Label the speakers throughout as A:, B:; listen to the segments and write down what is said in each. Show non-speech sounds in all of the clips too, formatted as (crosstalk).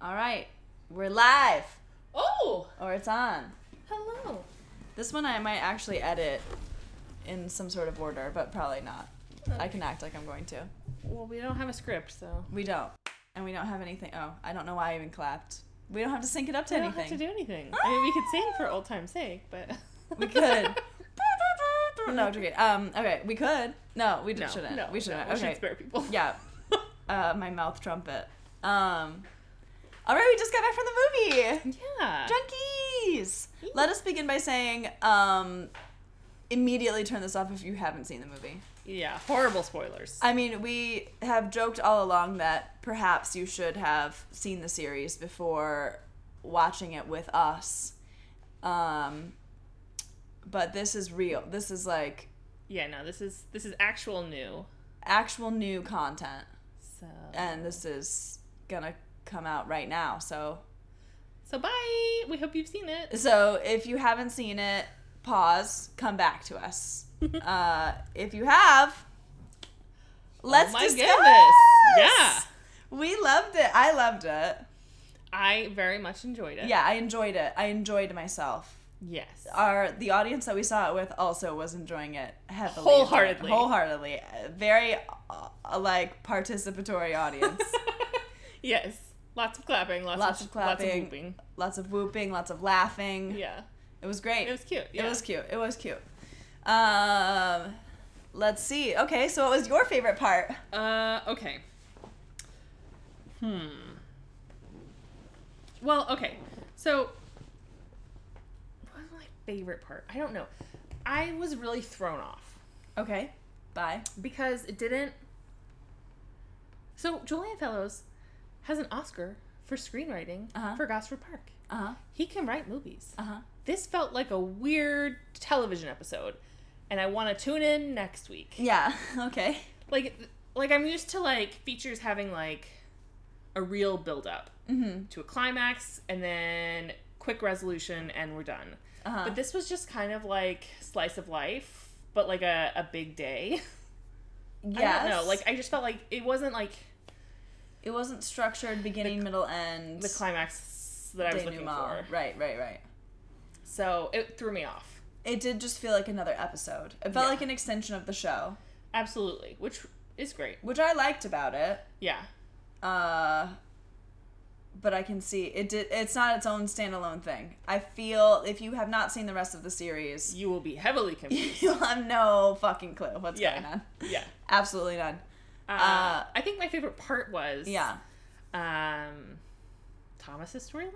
A: All right, we're live,
B: Oh,
A: or it's on.
B: hello.
A: This one I might actually edit in some sort of order, but probably not. I can act like I'm going to.
B: Well, we don't have a script, so
A: We don't, and we don't have anything. Oh, I don't know why I even clapped. We don't have to sync it up to
B: we don't
A: anything.
B: have to do anything. I mean, we could sing for old time's sake, but
A: (laughs) We
B: (laughs)
A: could. no, it's okay. Um, okay, we could. No, we
B: no,
A: shouldn't.
B: No,
A: we shouldn't.
B: no, We
A: okay.
B: should spare people.
A: yeah. Uh, my mouth trumpet. Um. All right, we just got back from the movie.
B: (laughs) yeah.
A: Junkies! Let us begin by saying, um, immediately turn this off if you haven't seen the movie.
B: Yeah. Horrible spoilers.
A: I mean, we have joked all along that perhaps you should have seen the series before watching it with us. Um, but this is real. This is like
B: yeah. No. This is this is actual new.
A: actual new content,
B: So.
A: and this is gonna come out right now. So
B: so bye. We hope you've seen it.
A: So if you haven't seen it, pause, come back to
B: (laughs)
A: us. uh, if you have, let's
B: Oh my
A: discuss.
B: goodness. Yeah.
A: we loved it. I loved it.
B: I very much enjoyed it.
A: Yeah, I enjoyed it. I enjoyed myself.
B: Yes. (laughs)
A: Our the audience that we saw it with also was enjoying it heavily,
B: Wholeheartedly.
A: wholeheartedly, Uh, very uh, uh, like participatory
B: (laughs)
A: audience.
B: yes. Lots of clapping. Lots,
A: Lots
B: of,
A: of
B: Lots
A: clapping.
B: of whooping.
A: lots of whooping, lots of laughing.
B: Yeah.
A: It was great.
B: It was cute.
A: It
B: yeah.
A: was cute. It was cute. Um, let's see. Okay, so what was your favorite part?
B: Uh, okay. Hmm. Well, okay. So, what was my favorite part? I don't know. I was really thrown off
A: Okay, bye.
B: because it didn't. So, Julian Fellows has an Oscar for screenwriting
A: Uh-huh.
B: for Gosford Park.
A: Uh huh.
B: He can write movies.
A: Uh huh.
B: This felt like a weird television episode, and I want to tune in next week.
A: Yeah. (laughs) Okay.
B: like like I'm used to like features having like a real build up
A: Mm
B: to a climax and then quick resolution and we're done.
A: hmm. Uh huh.
B: But this was just kind of like slice of life, but like a, a big day. (laughs)
A: Yes.
B: I don't know. Like I just felt like it wasn't like
A: it wasn't structured beginning, middle, end.
B: the climax that I was looking
A: denouement.
B: for.
A: Right. Right. Right.
B: So it threw me off.
A: It did just feel like another episode. It felt
B: Yeah.
A: like an extension of the show,
B: Absolutely. Which is great.
A: which I liked about it.
B: Yeah.
A: Uh, but I can see it did. It's not its own standalone thing. I feel if you have not seen the rest of the series,
B: You will be
A: (laughs)
B: heavily confused.
A: You'll have no fucking clue what's
B: Yeah.
A: going on.
B: yeah.
A: Absolutely none.
B: Uh,
A: Uh,
B: I think my favorite part was
A: Yeah.
B: um Thomas's storyline.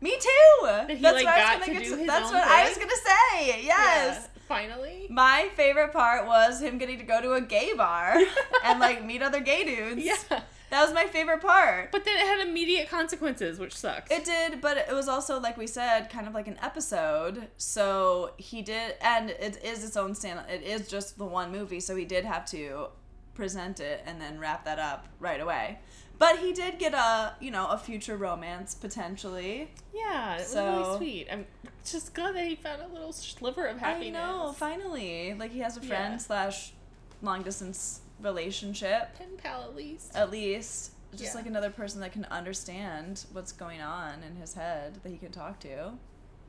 A: Me too.
B: he,
A: that's
B: like,
A: what I
B: got
A: was
B: to
A: gonna
B: do
A: get to,
B: his
A: That's
B: own
A: what I was
B: thing?
A: gonna say. Yes.
B: Yeah, finally.
A: My favorite part was him getting to go to a gay
B: (laughs)
A: bar and like meet other gay dudes.
B: Yeah.
A: That was my favorite part.
B: But then it had immediate consequences, which sucks.
A: It did, but it was also like we said, kind of like an episode. So he did, and it is its own stand. It is just the one movie, so he did have to present it and then wrap that up right away. But he did get a you know a future romance potentially.
B: yeah, it was
A: So-
B: really sweet. I'm just glad that he found a little sliver of happiness.
A: I know, finally, like he has a friend
B: Yeah.
A: slash long distance relationship
B: Pen pal at least.
A: at least. Just
B: Yeah.
A: like another person that can understand what's going on in his head that he can talk to.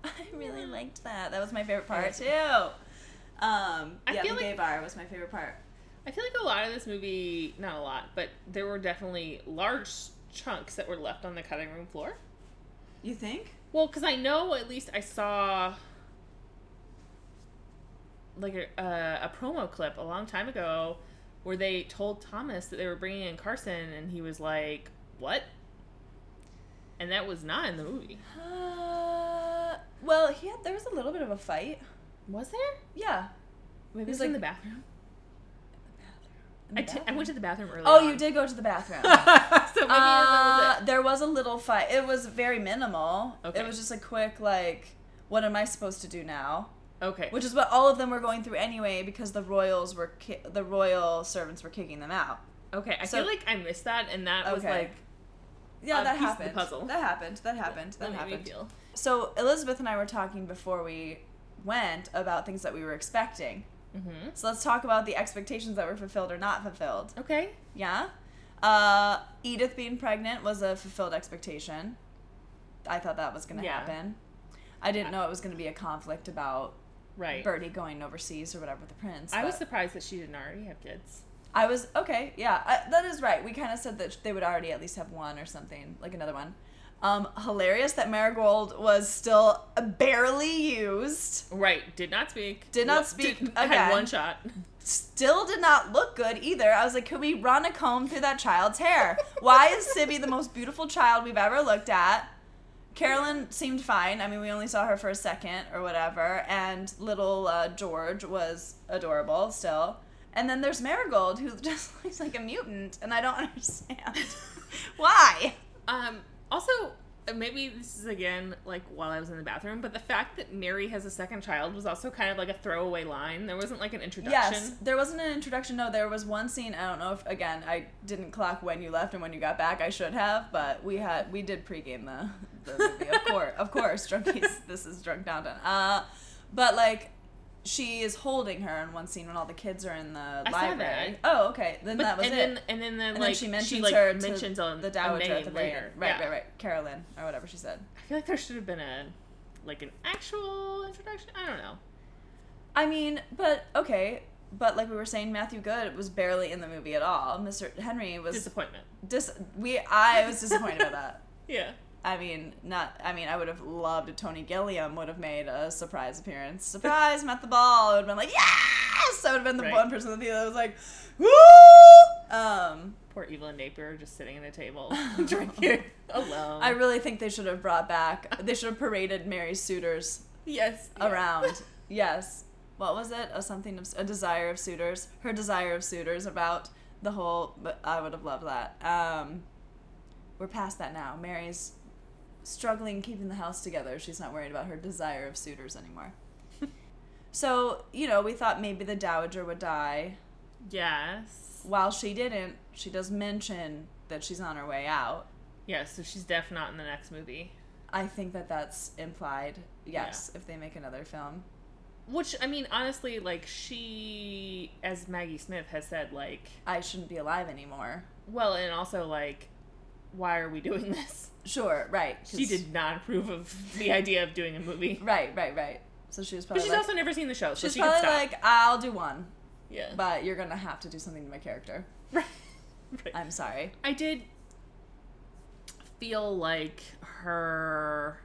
A: (laughs) I really
B: Yeah.
A: liked that. That was my favorite part
B: liked
A: too. Um, yeah,
B: I
A: the
B: feel like-
A: gay bar was my favorite part.
B: I feel like a lot of this movie, not a lot, but there were definitely large chunks that were left on the cutting room floor.
A: You think?
B: Well, because I know at least I saw like a, uh, a, a promo clip a long time ago where they told Thomas that they were bringing in Carson, and he was like, "What?" And that was not in the movie,
A: Uh, well, he had, there was a little bit of a fight.
B: was there?
A: Yeah.
B: Maybe
A: It was
B: it was
A: like-
B: in the bathroom.
A: In
B: I,
A: the
B: t- I went to the bathroom earlier.
A: Oh, you did go to the bathroom.
B: (laughs) so maybe that was
A: Uh, there was a little fight. It was very minimal.
B: Okay.
A: It was just a quick like, what am I supposed to do now?
B: it. Okay.
A: which is what all of them were going through anyway because the royals were ki- the royal servants were kicking them out.
B: Okay. I
A: so-
B: feel like I missed that, and that was
A: Okay.
B: like
A: Yeah,
B: A
A: that
B: piece of the
A: happened.
B: puzzle.
A: That happened. That happened. That,
B: that made me
A: happened.
B: feel.
A: So Elizabeth and I were talking before we went about things that we were expecting.
B: Mm-hmm.
A: So let's talk about the expectations that were fulfilled or not fulfilled.
B: Okay.
A: Yeah. Uh, Edith being pregnant was a fulfilled expectation. I thought that was going to
B: Yeah.
A: happen. I didn't know it was going to be a conflict about
B: Right.
A: Bertie going overseas or whatever with the prince.
B: I was
A: but-
B: surprised that she didn't already have kids.
A: I was okay. Yeah, I, that is right. We kind of said that they would already at least have one or something, like another one. Um, hilarious that Marigold was still barely used.
B: Right. Did not speak.
A: Did not
B: Wa-
A: speak
B: did- (laughs) Had
A: again.
B: one shot.
A: Still did not look good either. I was like, can we run a comb through that child's hair? Why is Sibby the most beautiful child we've ever looked at? Carolyn seemed fine. I mean, we only saw her for a second or whatever. And little uh, George was adorable still. And then there's Marigold, who (laughs) just looks like a mutant, and I don't (laughs) understand why.
B: Um. Also, uh, maybe this is again like while I was in the bathroom, but the fact that Mary has a second child was also kind of like a throwaway line. There wasn't like an introduction.
A: Yes, there wasn't an introduction. No, there was one scene. I don't know if again I didn't clock when you left and when you got back. I should have, but we had we did pregame the the movie. of course, of course, drunkies. (laughs) This is drunk downtown. Uh, but like. She is holding her in one scene when all the kids are in the
B: saw
A: library.
B: that.
A: Oh, okay. Then
B: But,
A: that was
B: and
A: it.
B: then and then the,
A: and
B: like
A: then she mentions
B: like,
A: her
B: mentions
A: to
B: on
A: the dowager
B: name
A: at the
B: later.
A: later. Right,
B: Yeah.
A: right, right. Carolyn or whatever she said.
B: I feel like there should have been a like an actual introduction. I don't know.
A: I mean, but okay, but like we were saying, Matthew Good was barely in the movie at all. Mr. Henry was
B: Disappointment.
A: dis- we I was disappointed about that.
B: Yeah.
A: I mean, not I mean, I would have loved if Tony Gilliam would have made a surprise appearance. Surprise, met the ball. I would have been like, yes! I would have been the
B: Right.
A: one person in the theater that was like, woo! Um,
B: Poor Evelyn Napier just sitting at
A: (laughs)
B: a table drinking alone.
A: I really think they should have brought back, they should have paraded Mary suitors
B: yes.
A: around. yes. What was it? A something of a desire of suitors. Her desire of suitors about the whole. But I would have loved that. Um, we're past that now. Mary's struggling keeping the house together. She's not worried about her desire of suitors anymore. (laughs) so you know, we thought maybe the dowager would die.
B: Yes.
A: While she didn't, she does mention that she's on her way out.
B: Yeah, so she's deaf not in the next movie.
A: I think that that's implied. Yes, if they make another film.
B: Which I mean, honestly, like she as Maggie Smith has said, like
A: I shouldn't be alive anymore.
B: well and also like why are we doing this?
A: Sure, right.
B: She
A: 'cause-
B: did not approve
A: (laughs)
B: of the idea of doing a movie.
A: Right, right, right. So she was
B: But
A: probably
B: she's
A: like,
B: also never seen the show, so
A: she's
B: she can
A: probably
B: stop.
A: like, I'll do one,
B: yeah.
A: but you're gonna have to do something to my character.
B: (laughs) Right.
A: I'm sorry.
B: I did feel like her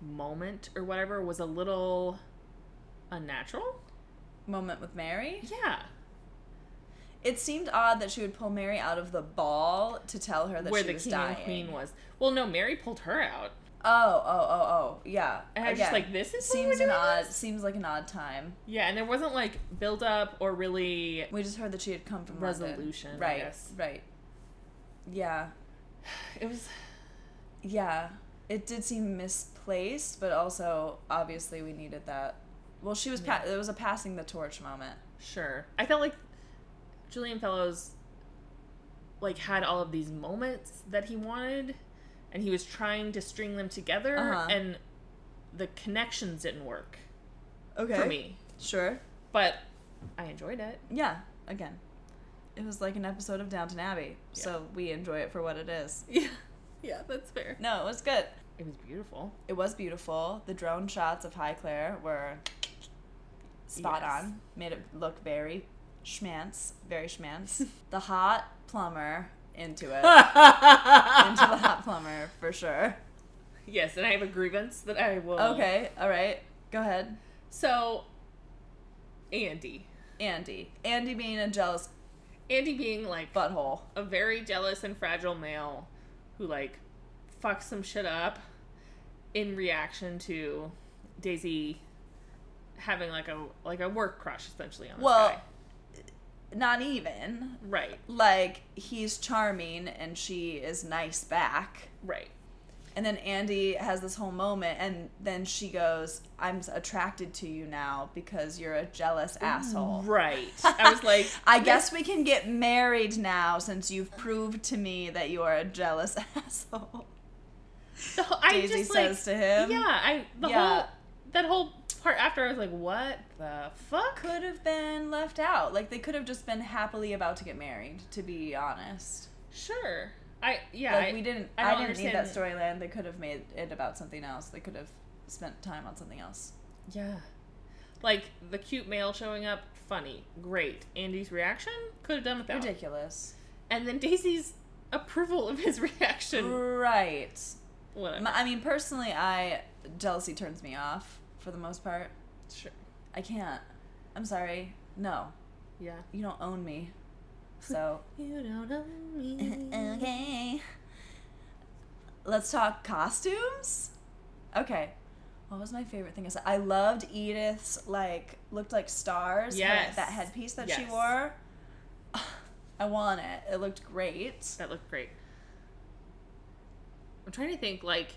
B: moment or whatever was a little unnatural.
A: Moment with Mary.
B: Yeah.
A: It seemed odd that she would pull Mary out of the ball to tell her that
B: Where
A: she
B: the
A: was
B: king
A: dying.
B: and queen was. Well, no, Mary pulled her out.
A: Oh, oh, oh, oh, yeah.
B: And I was just
A: Again,
B: like, this is what
A: seems
B: we're
A: an
B: doing?
A: odd, seems like an odd time.
B: Yeah, and there wasn't like build up or really (sighs)
A: We just heard that she had come from London.
B: Resolution, I
A: Right.
B: guess.
A: Right. Yeah.
B: it was
A: Yeah, it did seem misplaced, but also obviously we needed that. Well, she was pa- it was a passing the torch moment.
B: sure. I felt like Julian Fellows like had all of these moments that he wanted and he was trying to string them together
A: Uh-huh.
B: and the connections didn't work
A: Okay.
B: for me.
A: Sure.
B: But I enjoyed it.
A: Yeah. Again, it was like an episode of Downton Abbey, so we enjoy it for what it is.
B: Yeah. (laughs) Yeah, that's fair.
A: No, it was good.
B: It was beautiful.
A: It was beautiful. The drone shots of High Claire were spot
B: Yes.
A: on. Made it look very schmance, very schmance. the hot plumber into
B: (laughs)
A: it, into the hot plumber for sure.
B: yes, and I have a grievance that I will
A: Okay, all right. Go ahead.
B: So Andy.
A: Andy. Andy being a jealous
B: Andy being like
A: butthole.
B: a very jealous and fragile male who like fucks some shit up in reaction to Daisy having like a like a work crush essentially on this
A: Well-
B: guy.
A: Not even.
B: Right,
A: Like, he's charming and she is nice back.
B: right.
A: And then Andy has this whole moment, and then she goes, I'm s- attracted to you now because you're a jealous asshole.
B: Right. I was like
A: (laughs) I guess we can get married now since you've proved to me that you are a jealous (laughs) asshole.
B: the whole- I
A: Daisy
B: just like
A: says to him.
B: Yeah, I the
A: Yeah.
B: whole that whole part after I was like, what the fuck?
A: could have been left out. Like they could have just been happily about to get married. To be honest,
B: Sure. I yeah.
A: like
B: I-
A: we didn't.
B: I
A: I,
B: don't
A: didn't need that
B: understand-
A: storyline. They could have made it about something else. They could have spent time on something else.
B: Yeah. Like the cute male showing up, funny, great. Andy's reaction could have done without.
A: Ridiculous,
B: And then Daisy's approval of his (laughs) reaction.
A: right?
B: Whatever.
A: M- I mean, personally, I jealousy turns me off for the most part.
B: sure.
A: I can't. I'm sorry. No,
B: Yeah.
A: you don't own me. So
B: You don't know me.
A: (laughs)
B: (laughs)
A: okay. Let's talk costumes. Okay. What was my favorite thing? I said I loved Edith's like looked like stars. her-
B: Yes.
A: that headpiece that she
B: Yes.
A: wore. (sighs) I want it. It looked great.
B: That looked great. I'm trying to think. Like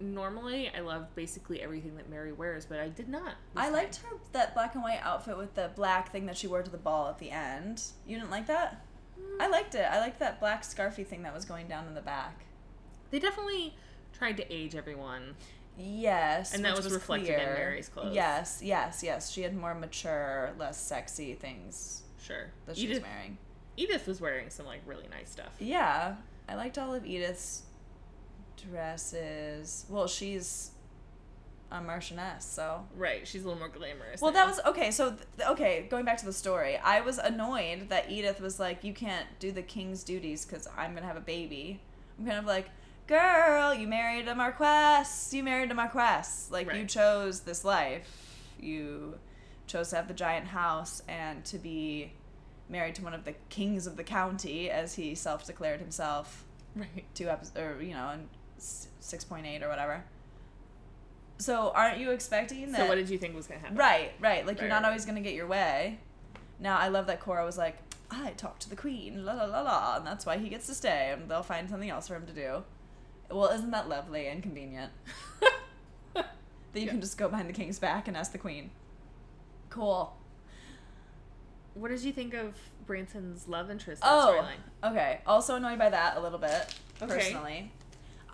B: normally, I love basically everything that Mary wears, but I did not. this
A: I
B: time.
A: liked her that black and white outfit with the black thing that she wore to the ball at the end. You didn't like that?
B: Hmm.
A: I liked it. I liked that black scarfy thing that was going down in the back.
B: They definitely tried to age everyone.
A: Yes,
B: And that
A: which
B: was reflected in
A: clear.
B: Mary's clothes.
A: Yes, yes, yes. She had more mature, less sexy things
B: Sure.
A: that she was
B: Edith,
A: wearing.
B: Edith was wearing some like really nice stuff.
A: Yeah, I liked all of Edith's dresses. Well, she's a marchioness, so.
B: Right. She's a little more glamorous.
A: Well, that
B: now.
A: was okay. So, th- okay, going back to the story, I was annoyed that Edith was like, "You can't do the king's duties because I'm gonna have a baby." I'm kind of like, "Girl, you married a marquess. You married a marquess. Like you
B: Right.
A: chose this life. You chose to have the giant house and to be married to one of the kings of the county, as he self-declared himself
B: (laughs) right.
A: two episodes, or you know, in s- six point eight or whatever." So, aren't you expecting that?
B: So what did you think was gonna happen?
A: Right, right. Like you're
B: Right,
A: not
B: right,
A: always gonna get your way. Now I love that Cora was like, I talked to the queen, la la la la, and that's why he gets to stay, and they'll find something else for him to do. Well, isn't that lovely and convenient (laughs) that you
B: Yeah.
A: can just go behind the king's back and ask the queen? Cool.
B: What did you think of Branson's love interest in
A: Oh,
B: storyline?
A: okay. Also annoyed by that a little bit
B: Okay.
A: personally.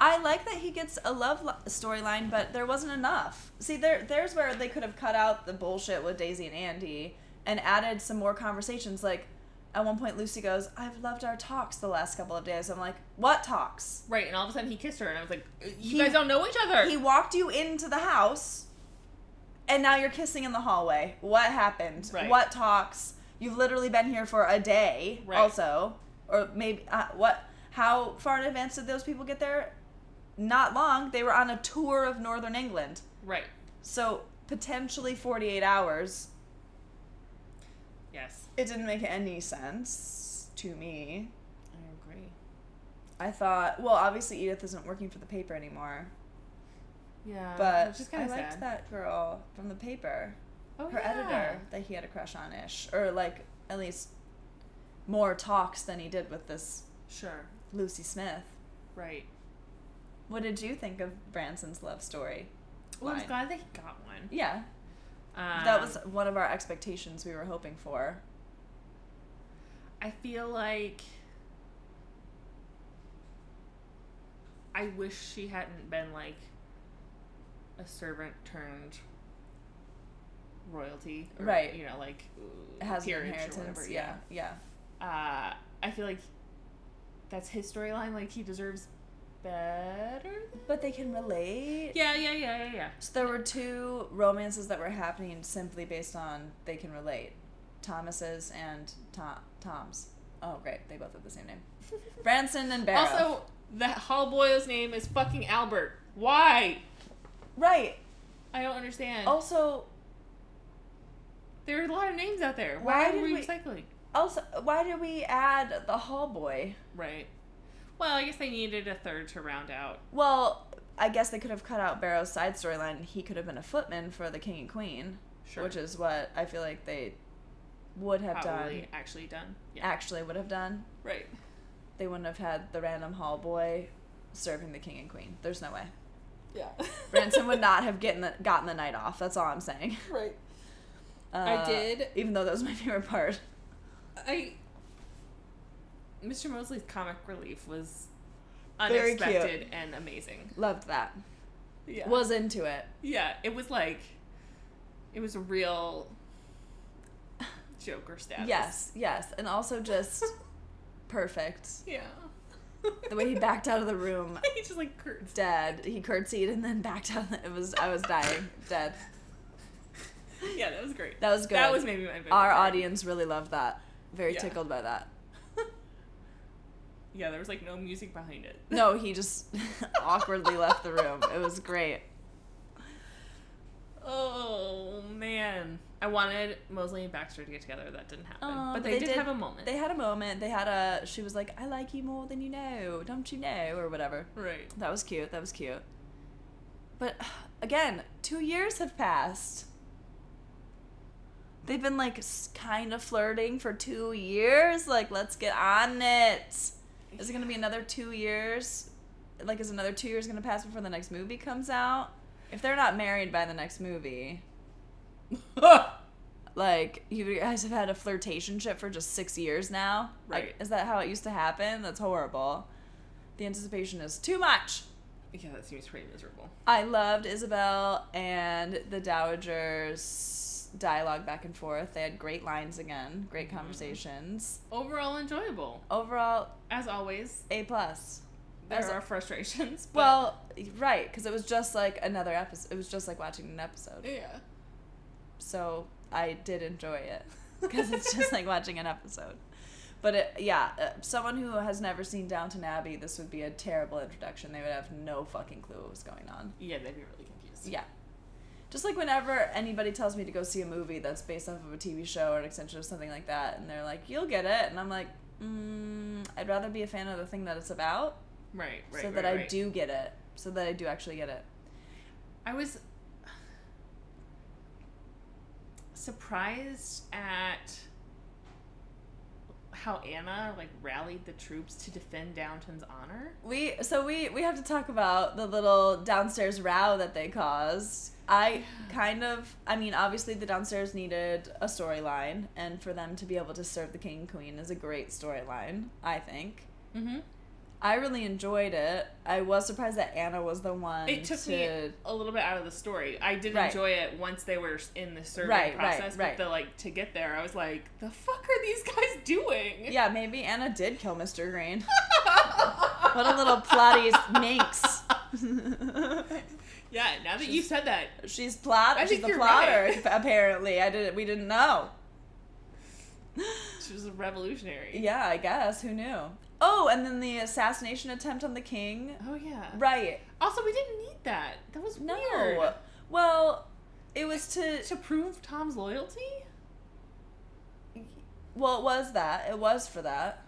A: I like that he gets a love li- storyline, but there wasn't enough. See, there there's where they could have cut out the bullshit with Daisy and Andy and added some more conversations. Like at one point, Lucy goes, "I've loved our talks the last couple of days." I'm like, "What talks?"
B: Right, and all of a sudden he kissed her, and I was like, "Uh, "You
A: He-
B: guys don't know each other."
A: He walked you into the house, and now you're kissing in the hallway. What happened?
B: Right.
A: What talks? You've literally been here for a day,
B: Right.
A: also, or maybe uh, what? How far in advance did those people get there? Not long. They were on a tour of Northern England,
B: right.
A: so potentially 48 hours.
B: Yes.
A: It didn't make any sense to me.
B: I agree.
A: I thought, well, obviously Edith isn't working for the paper anymore,
B: Yeah.
A: but
B: which is
A: I
B: kinda
A: liked
B: sad.
A: that girl from the paper.
B: Oh,
A: her
B: yeah.
A: editor that he had a crush on ish or like at least more talks than he did with this
B: Sure.
A: lucy smith
B: Right.
A: what did you think of branson's love story
B: Well, I'm
A: Fine.
B: glad that he got one.
A: yeah
B: Um,
A: that was one of our expectations we were hoping for
B: I feel like. I wish she hadn't been like a servant turned royalty, or,
A: Right.
B: You know, like uh,
A: it has an
B: peerage or
A: inheritance
B: whatever,
A: yeah yeah
B: uh, I feel like that's his storyline. Like he deserves better. than-
A: but they can relate
B: Yeah, yeah, yeah, (laughs) yeah, yeah.
A: so there were two romances that were happening simply based on they can relate thomas's and tom tom's oh great they both have the same name branson and barrow
B: Also, the hall boy's name is fucking Albert. Why?
A: right
B: I don't understand.
A: also
B: there are a lot of names out there.
A: Why
B: Why, are
A: did
B: we
A: we-
B: recycling?
A: Also, why did we add the hall boy?
B: Right. Well, I guess they needed a third to round out.
A: Well, I guess they could have cut out Barrow's side storyline. and He could have been a footman for the king and queen,
B: Sure.
A: which is what I feel like they would have
B: probably
A: done.
B: actually done. Yeah.
A: Actually, would have done.
B: right.
A: They wouldn't have had the random hall boy serving the king and queen. There's no way.
B: Yeah.
A: Branson
B: (laughs)
A: would not have gotten the, gotten the night off. That's all I'm saying.
B: Right.
A: Uh,
B: I did.
A: even though that was my favorite part. (laughs)
B: I Mr. Mosley's comic relief was
A: Very cute.
B: unexpected and amazing.
A: Loved that.
B: Yeah.
A: Was into it.
B: yeah, it was like It was a real Joker status.
A: Yes, yes. And also (laughs) just perfect.
B: (laughs) Yeah.
A: The way he backed out of the room
B: (laughs) he just like curts.
A: dead. He curtsied and then (laughs) backed out. It was I was dying. Dead.
B: Yeah, that was great.
A: That was good.
B: That was maybe my favorite.
A: Our
B: part.
A: audience really loved that. Very
B: Yeah.
A: tickled by that.
B: (laughs) Yeah, there was like no music behind it.
A: No, he just (laughs) awkwardly left the room. It was great.
B: (laughs) Oh man, I wanted Mosley and Baxter to get together. That didn't happen,
A: Aw,
B: but they, did, have a moment.
A: Um, They had a moment. They had a. She was like, "I like you more than you know, don't you know?" or whatever.
B: right.
A: That was cute. That was cute. But (sighs) again, two years have passed. They've been like kind of flirting for two years. Like, let's get on it. Is it gonna be another two years? Like, is another two years gonna pass before the next movie comes out? If they're not married by the next movie, like you guys have had a flirtationship for just six years now. Like,
B: Right.
A: is that how it used to happen? That's horrible. The anticipation is too much.
B: yeah, that seems pretty miserable.
A: I loved Isabel and the Dowager's dialogue back and forth. They had great lines again, great conversations.
B: Overall enjoyable,
A: Overall,
B: as always.
A: A plus.
B: There
A: As-
B: are frustrations. But
A: Well, right, because it was just like another episode. It was just like watching an episode.
B: yeah,
A: So I did enjoy it because it's just like watching an episode. But it, yeah, uh, someone who has never seen Downton Abbey, this would be a terrible introduction. They would have no fucking clue what was going on.
B: yeah, they'd be really confused.
A: Yeah. Just like whenever anybody tells me to go see a movie that's based off of a TV show or an extension of something like that, and they're like, you'll get it. And I'm like, mm, I'd rather be a fan of the thing that it's about
B: Right. Right.
A: so
B: right,
A: that I
B: right.
A: do get it, so that I do actually get it.
B: I was surprised at how Anna like rallied the troops to defend Downton's honor.
A: We so we we have to talk about the little downstairs row that they caused. I kind of I mean obviously the downstairs needed a storyline and for them to be able to serve the king and queen is a great storyline, I think.
B: Mm-hmm.
A: I really enjoyed it. I was surprised that Anna was the one
B: It took
A: to
B: me a little bit out of the story. I did
A: Right.
B: enjoy it once they were in the survey
A: Right, right,
B: process,
A: right.
B: but the like to get there, I was like, the fuck are these (laughs) guys doing?
A: Yeah, maybe Anna did kill Mr. Green. (laughs) what a little
B: (laughs)
A: plotty (laughs) minx.
B: Yeah, now that you said that,
A: She's plot
B: I
A: she's
B: think
A: the
B: you're
A: plotter
B: right.
A: (laughs) apparently. I didn't we didn't know. (gasps)
B: she was a revolutionary.
A: Yeah, I guess. Who knew? Oh, and then the assassination attempt on the king.
B: Oh yeah.
A: Right.
B: Also, we didn't need that. That was
A: No.
B: weird.
A: Well, it was to.
B: To prove Tom's loyalty?
A: Well, it was that. It was for that.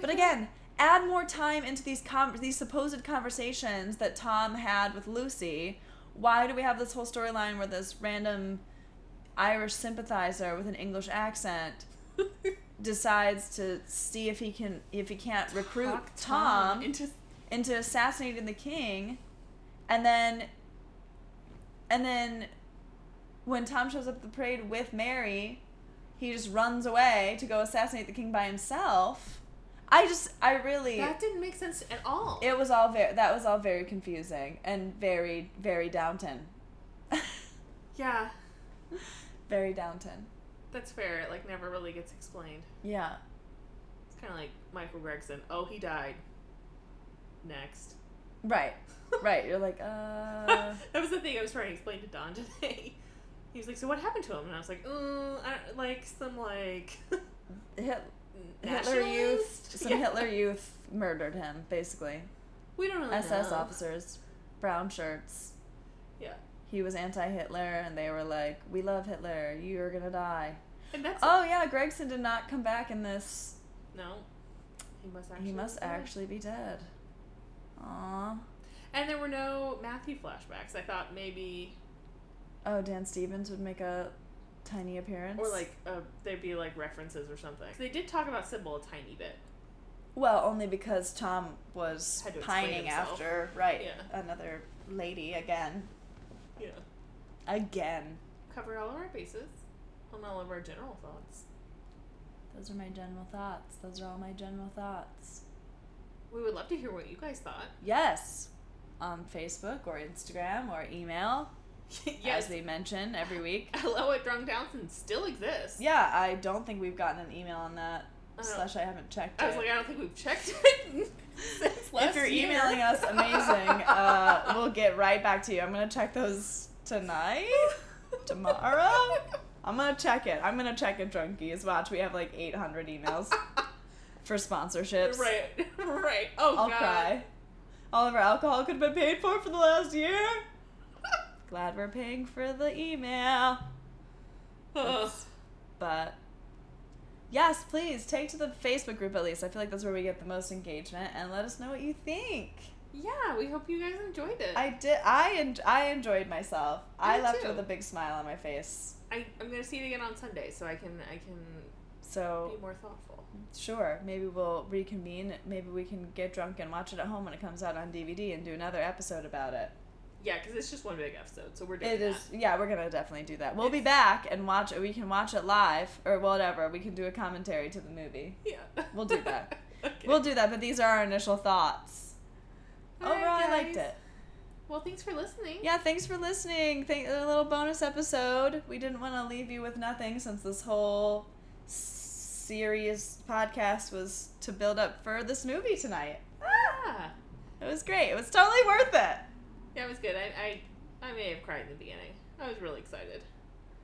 A: But
B: I guess-
A: again, add more time into these com- these supposed conversations that Tom had with Lucy. Why do we have this whole storyline where this random Irish sympathizer with an English accent decides to see if he can if he can't (laughs) recruit
B: Talk
A: Tom,
B: into
A: into assassinating the king and then and then when tom shows up at the parade with mary he just runs away to go assassinate the king by himself i just i really
B: that didn't make sense at all.
A: it was all very that was all very confusing and very very downton (laughs)
B: yeah,
A: very downton
B: that's fair. It like never really gets explained.
A: yeah
B: It's kind of like Michael Gregson. Oh, he died. Next.
A: right
B: (laughs)
A: right you're like uh
B: that was the thing I was trying to explain to Don today. (laughs) He was like, "So what happened to him?" And I was like, "Uh, I don't- like some like (laughs)
A: Hit- hitler youth
B: nationalist?
A: some
B: Yeah.
A: hitler youth murdered him basically
B: We don't really
A: SS
B: know.
A: officers, brown shirts.
B: Yeah,
A: He was anti Hitler, and they were like, "We love Hitler. You're gonna die."
B: and that's
A: Oh yeah, Gregson did not come back in this.
B: no. He must actually.
A: He must
B: be dead.
A: actually be dead. Aw.
B: And there were no Matthew flashbacks. I thought maybe
A: Oh, Dan Stevens would make a tiny appearance.
B: or like uh, there'd be like references or something. They did talk about Sybil a tiny bit.
A: well, only because Tom was
B: Had to explain
A: pining
B: himself.
A: after right
B: Yeah.
A: another lady again,
B: Yeah.
A: again.
B: Covered all of our bases on all of our general thoughts.
A: Those are my general thoughts. Those are all my general thoughts.
B: We would love to hear what you guys thought.
A: Yes. On Facebook or Instagram or email.
B: (laughs) Yes.
A: as we mention every
B: (laughs)
A: week.
B: Hello at Drunk Townsend still exists.
A: Yeah, I don't think we've gotten an email on that.
B: I don't-
A: Slash, I haven't checked.
B: I was
A: it.
B: like, I don't think we've checked it (laughs) since last
A: if you're
B: year.
A: emailing
B: (laughs)
A: us, amazing. Uh, we'll get right back to you. I'm gonna check those tonight,
B: (laughs)
A: tomorrow. I'm gonna check it. I'm gonna check it. Drunkies watch. We have like 800
B: (laughs)
A: emails for sponsorships.
B: right, right. Oh
A: I'll
B: god.
A: cry. All of our alcohol could have been paid for for the last year. (laughs) Glad we're paying for the email.
B: Ugh.
A: But yes, please take to the Facebook group at least. I feel like that's where we get the most engagement. And let us know what you think.
B: yeah, we hope you guys enjoyed it.
A: I did. I en- I enjoyed myself. I
B: Me
A: left
B: too.
A: with a big smile on my face.
B: I, I'm gonna see it again on Sunday, so I can I can
A: So
B: be more thoughtful.
A: sure, maybe we'll reconvene. Maybe we can get drunk and watch it at home when it comes out on DVD and do another episode about it.
B: Yeah, because it's just one big episode, so we're doing
A: It
B: that.
A: is. Yeah, we're gonna definitely do that. We'll be back and watch. it. We can watch it live or whatever. We can do a commentary to the movie.
B: (laughs) Yeah,
A: We'll do that.
B: (laughs) okay.
A: We'll do that. But these are our initial thoughts.
B: All right,
A: Overall, I liked
B: guys.
A: it.
B: Well, thanks for listening.
A: Yeah, thanks for listening. Thank a little bonus episode. We didn't want to leave you with nothing since this whole s- serious podcast was to build up for this movie tonight.
B: Yeah,
A: It was great. It was totally worth it.
B: that was good. I, I I may have cried in the beginning. I was really excited.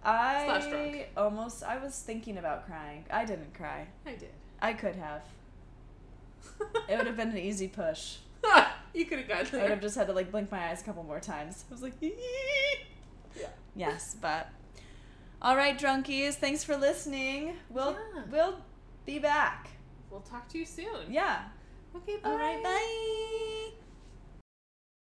B: Slash
A: I
B: drunk.
A: almost I was thinking about crying. I didn't cry.
B: I (laughs) did.
A: I could have. It would have been an easy push.
B: (laughs) you could have gotten
A: I would
B: there.
A: have just had to like blink my eyes a couple more times. I was like, (laughs)
B: Yeah.
A: yes, but all right, drunkies, thanks for listening. We'll
B: Yeah.
A: we'll be back.
B: We'll talk to you soon.
A: Yeah.
B: Okay. Bye.
A: All right, bye.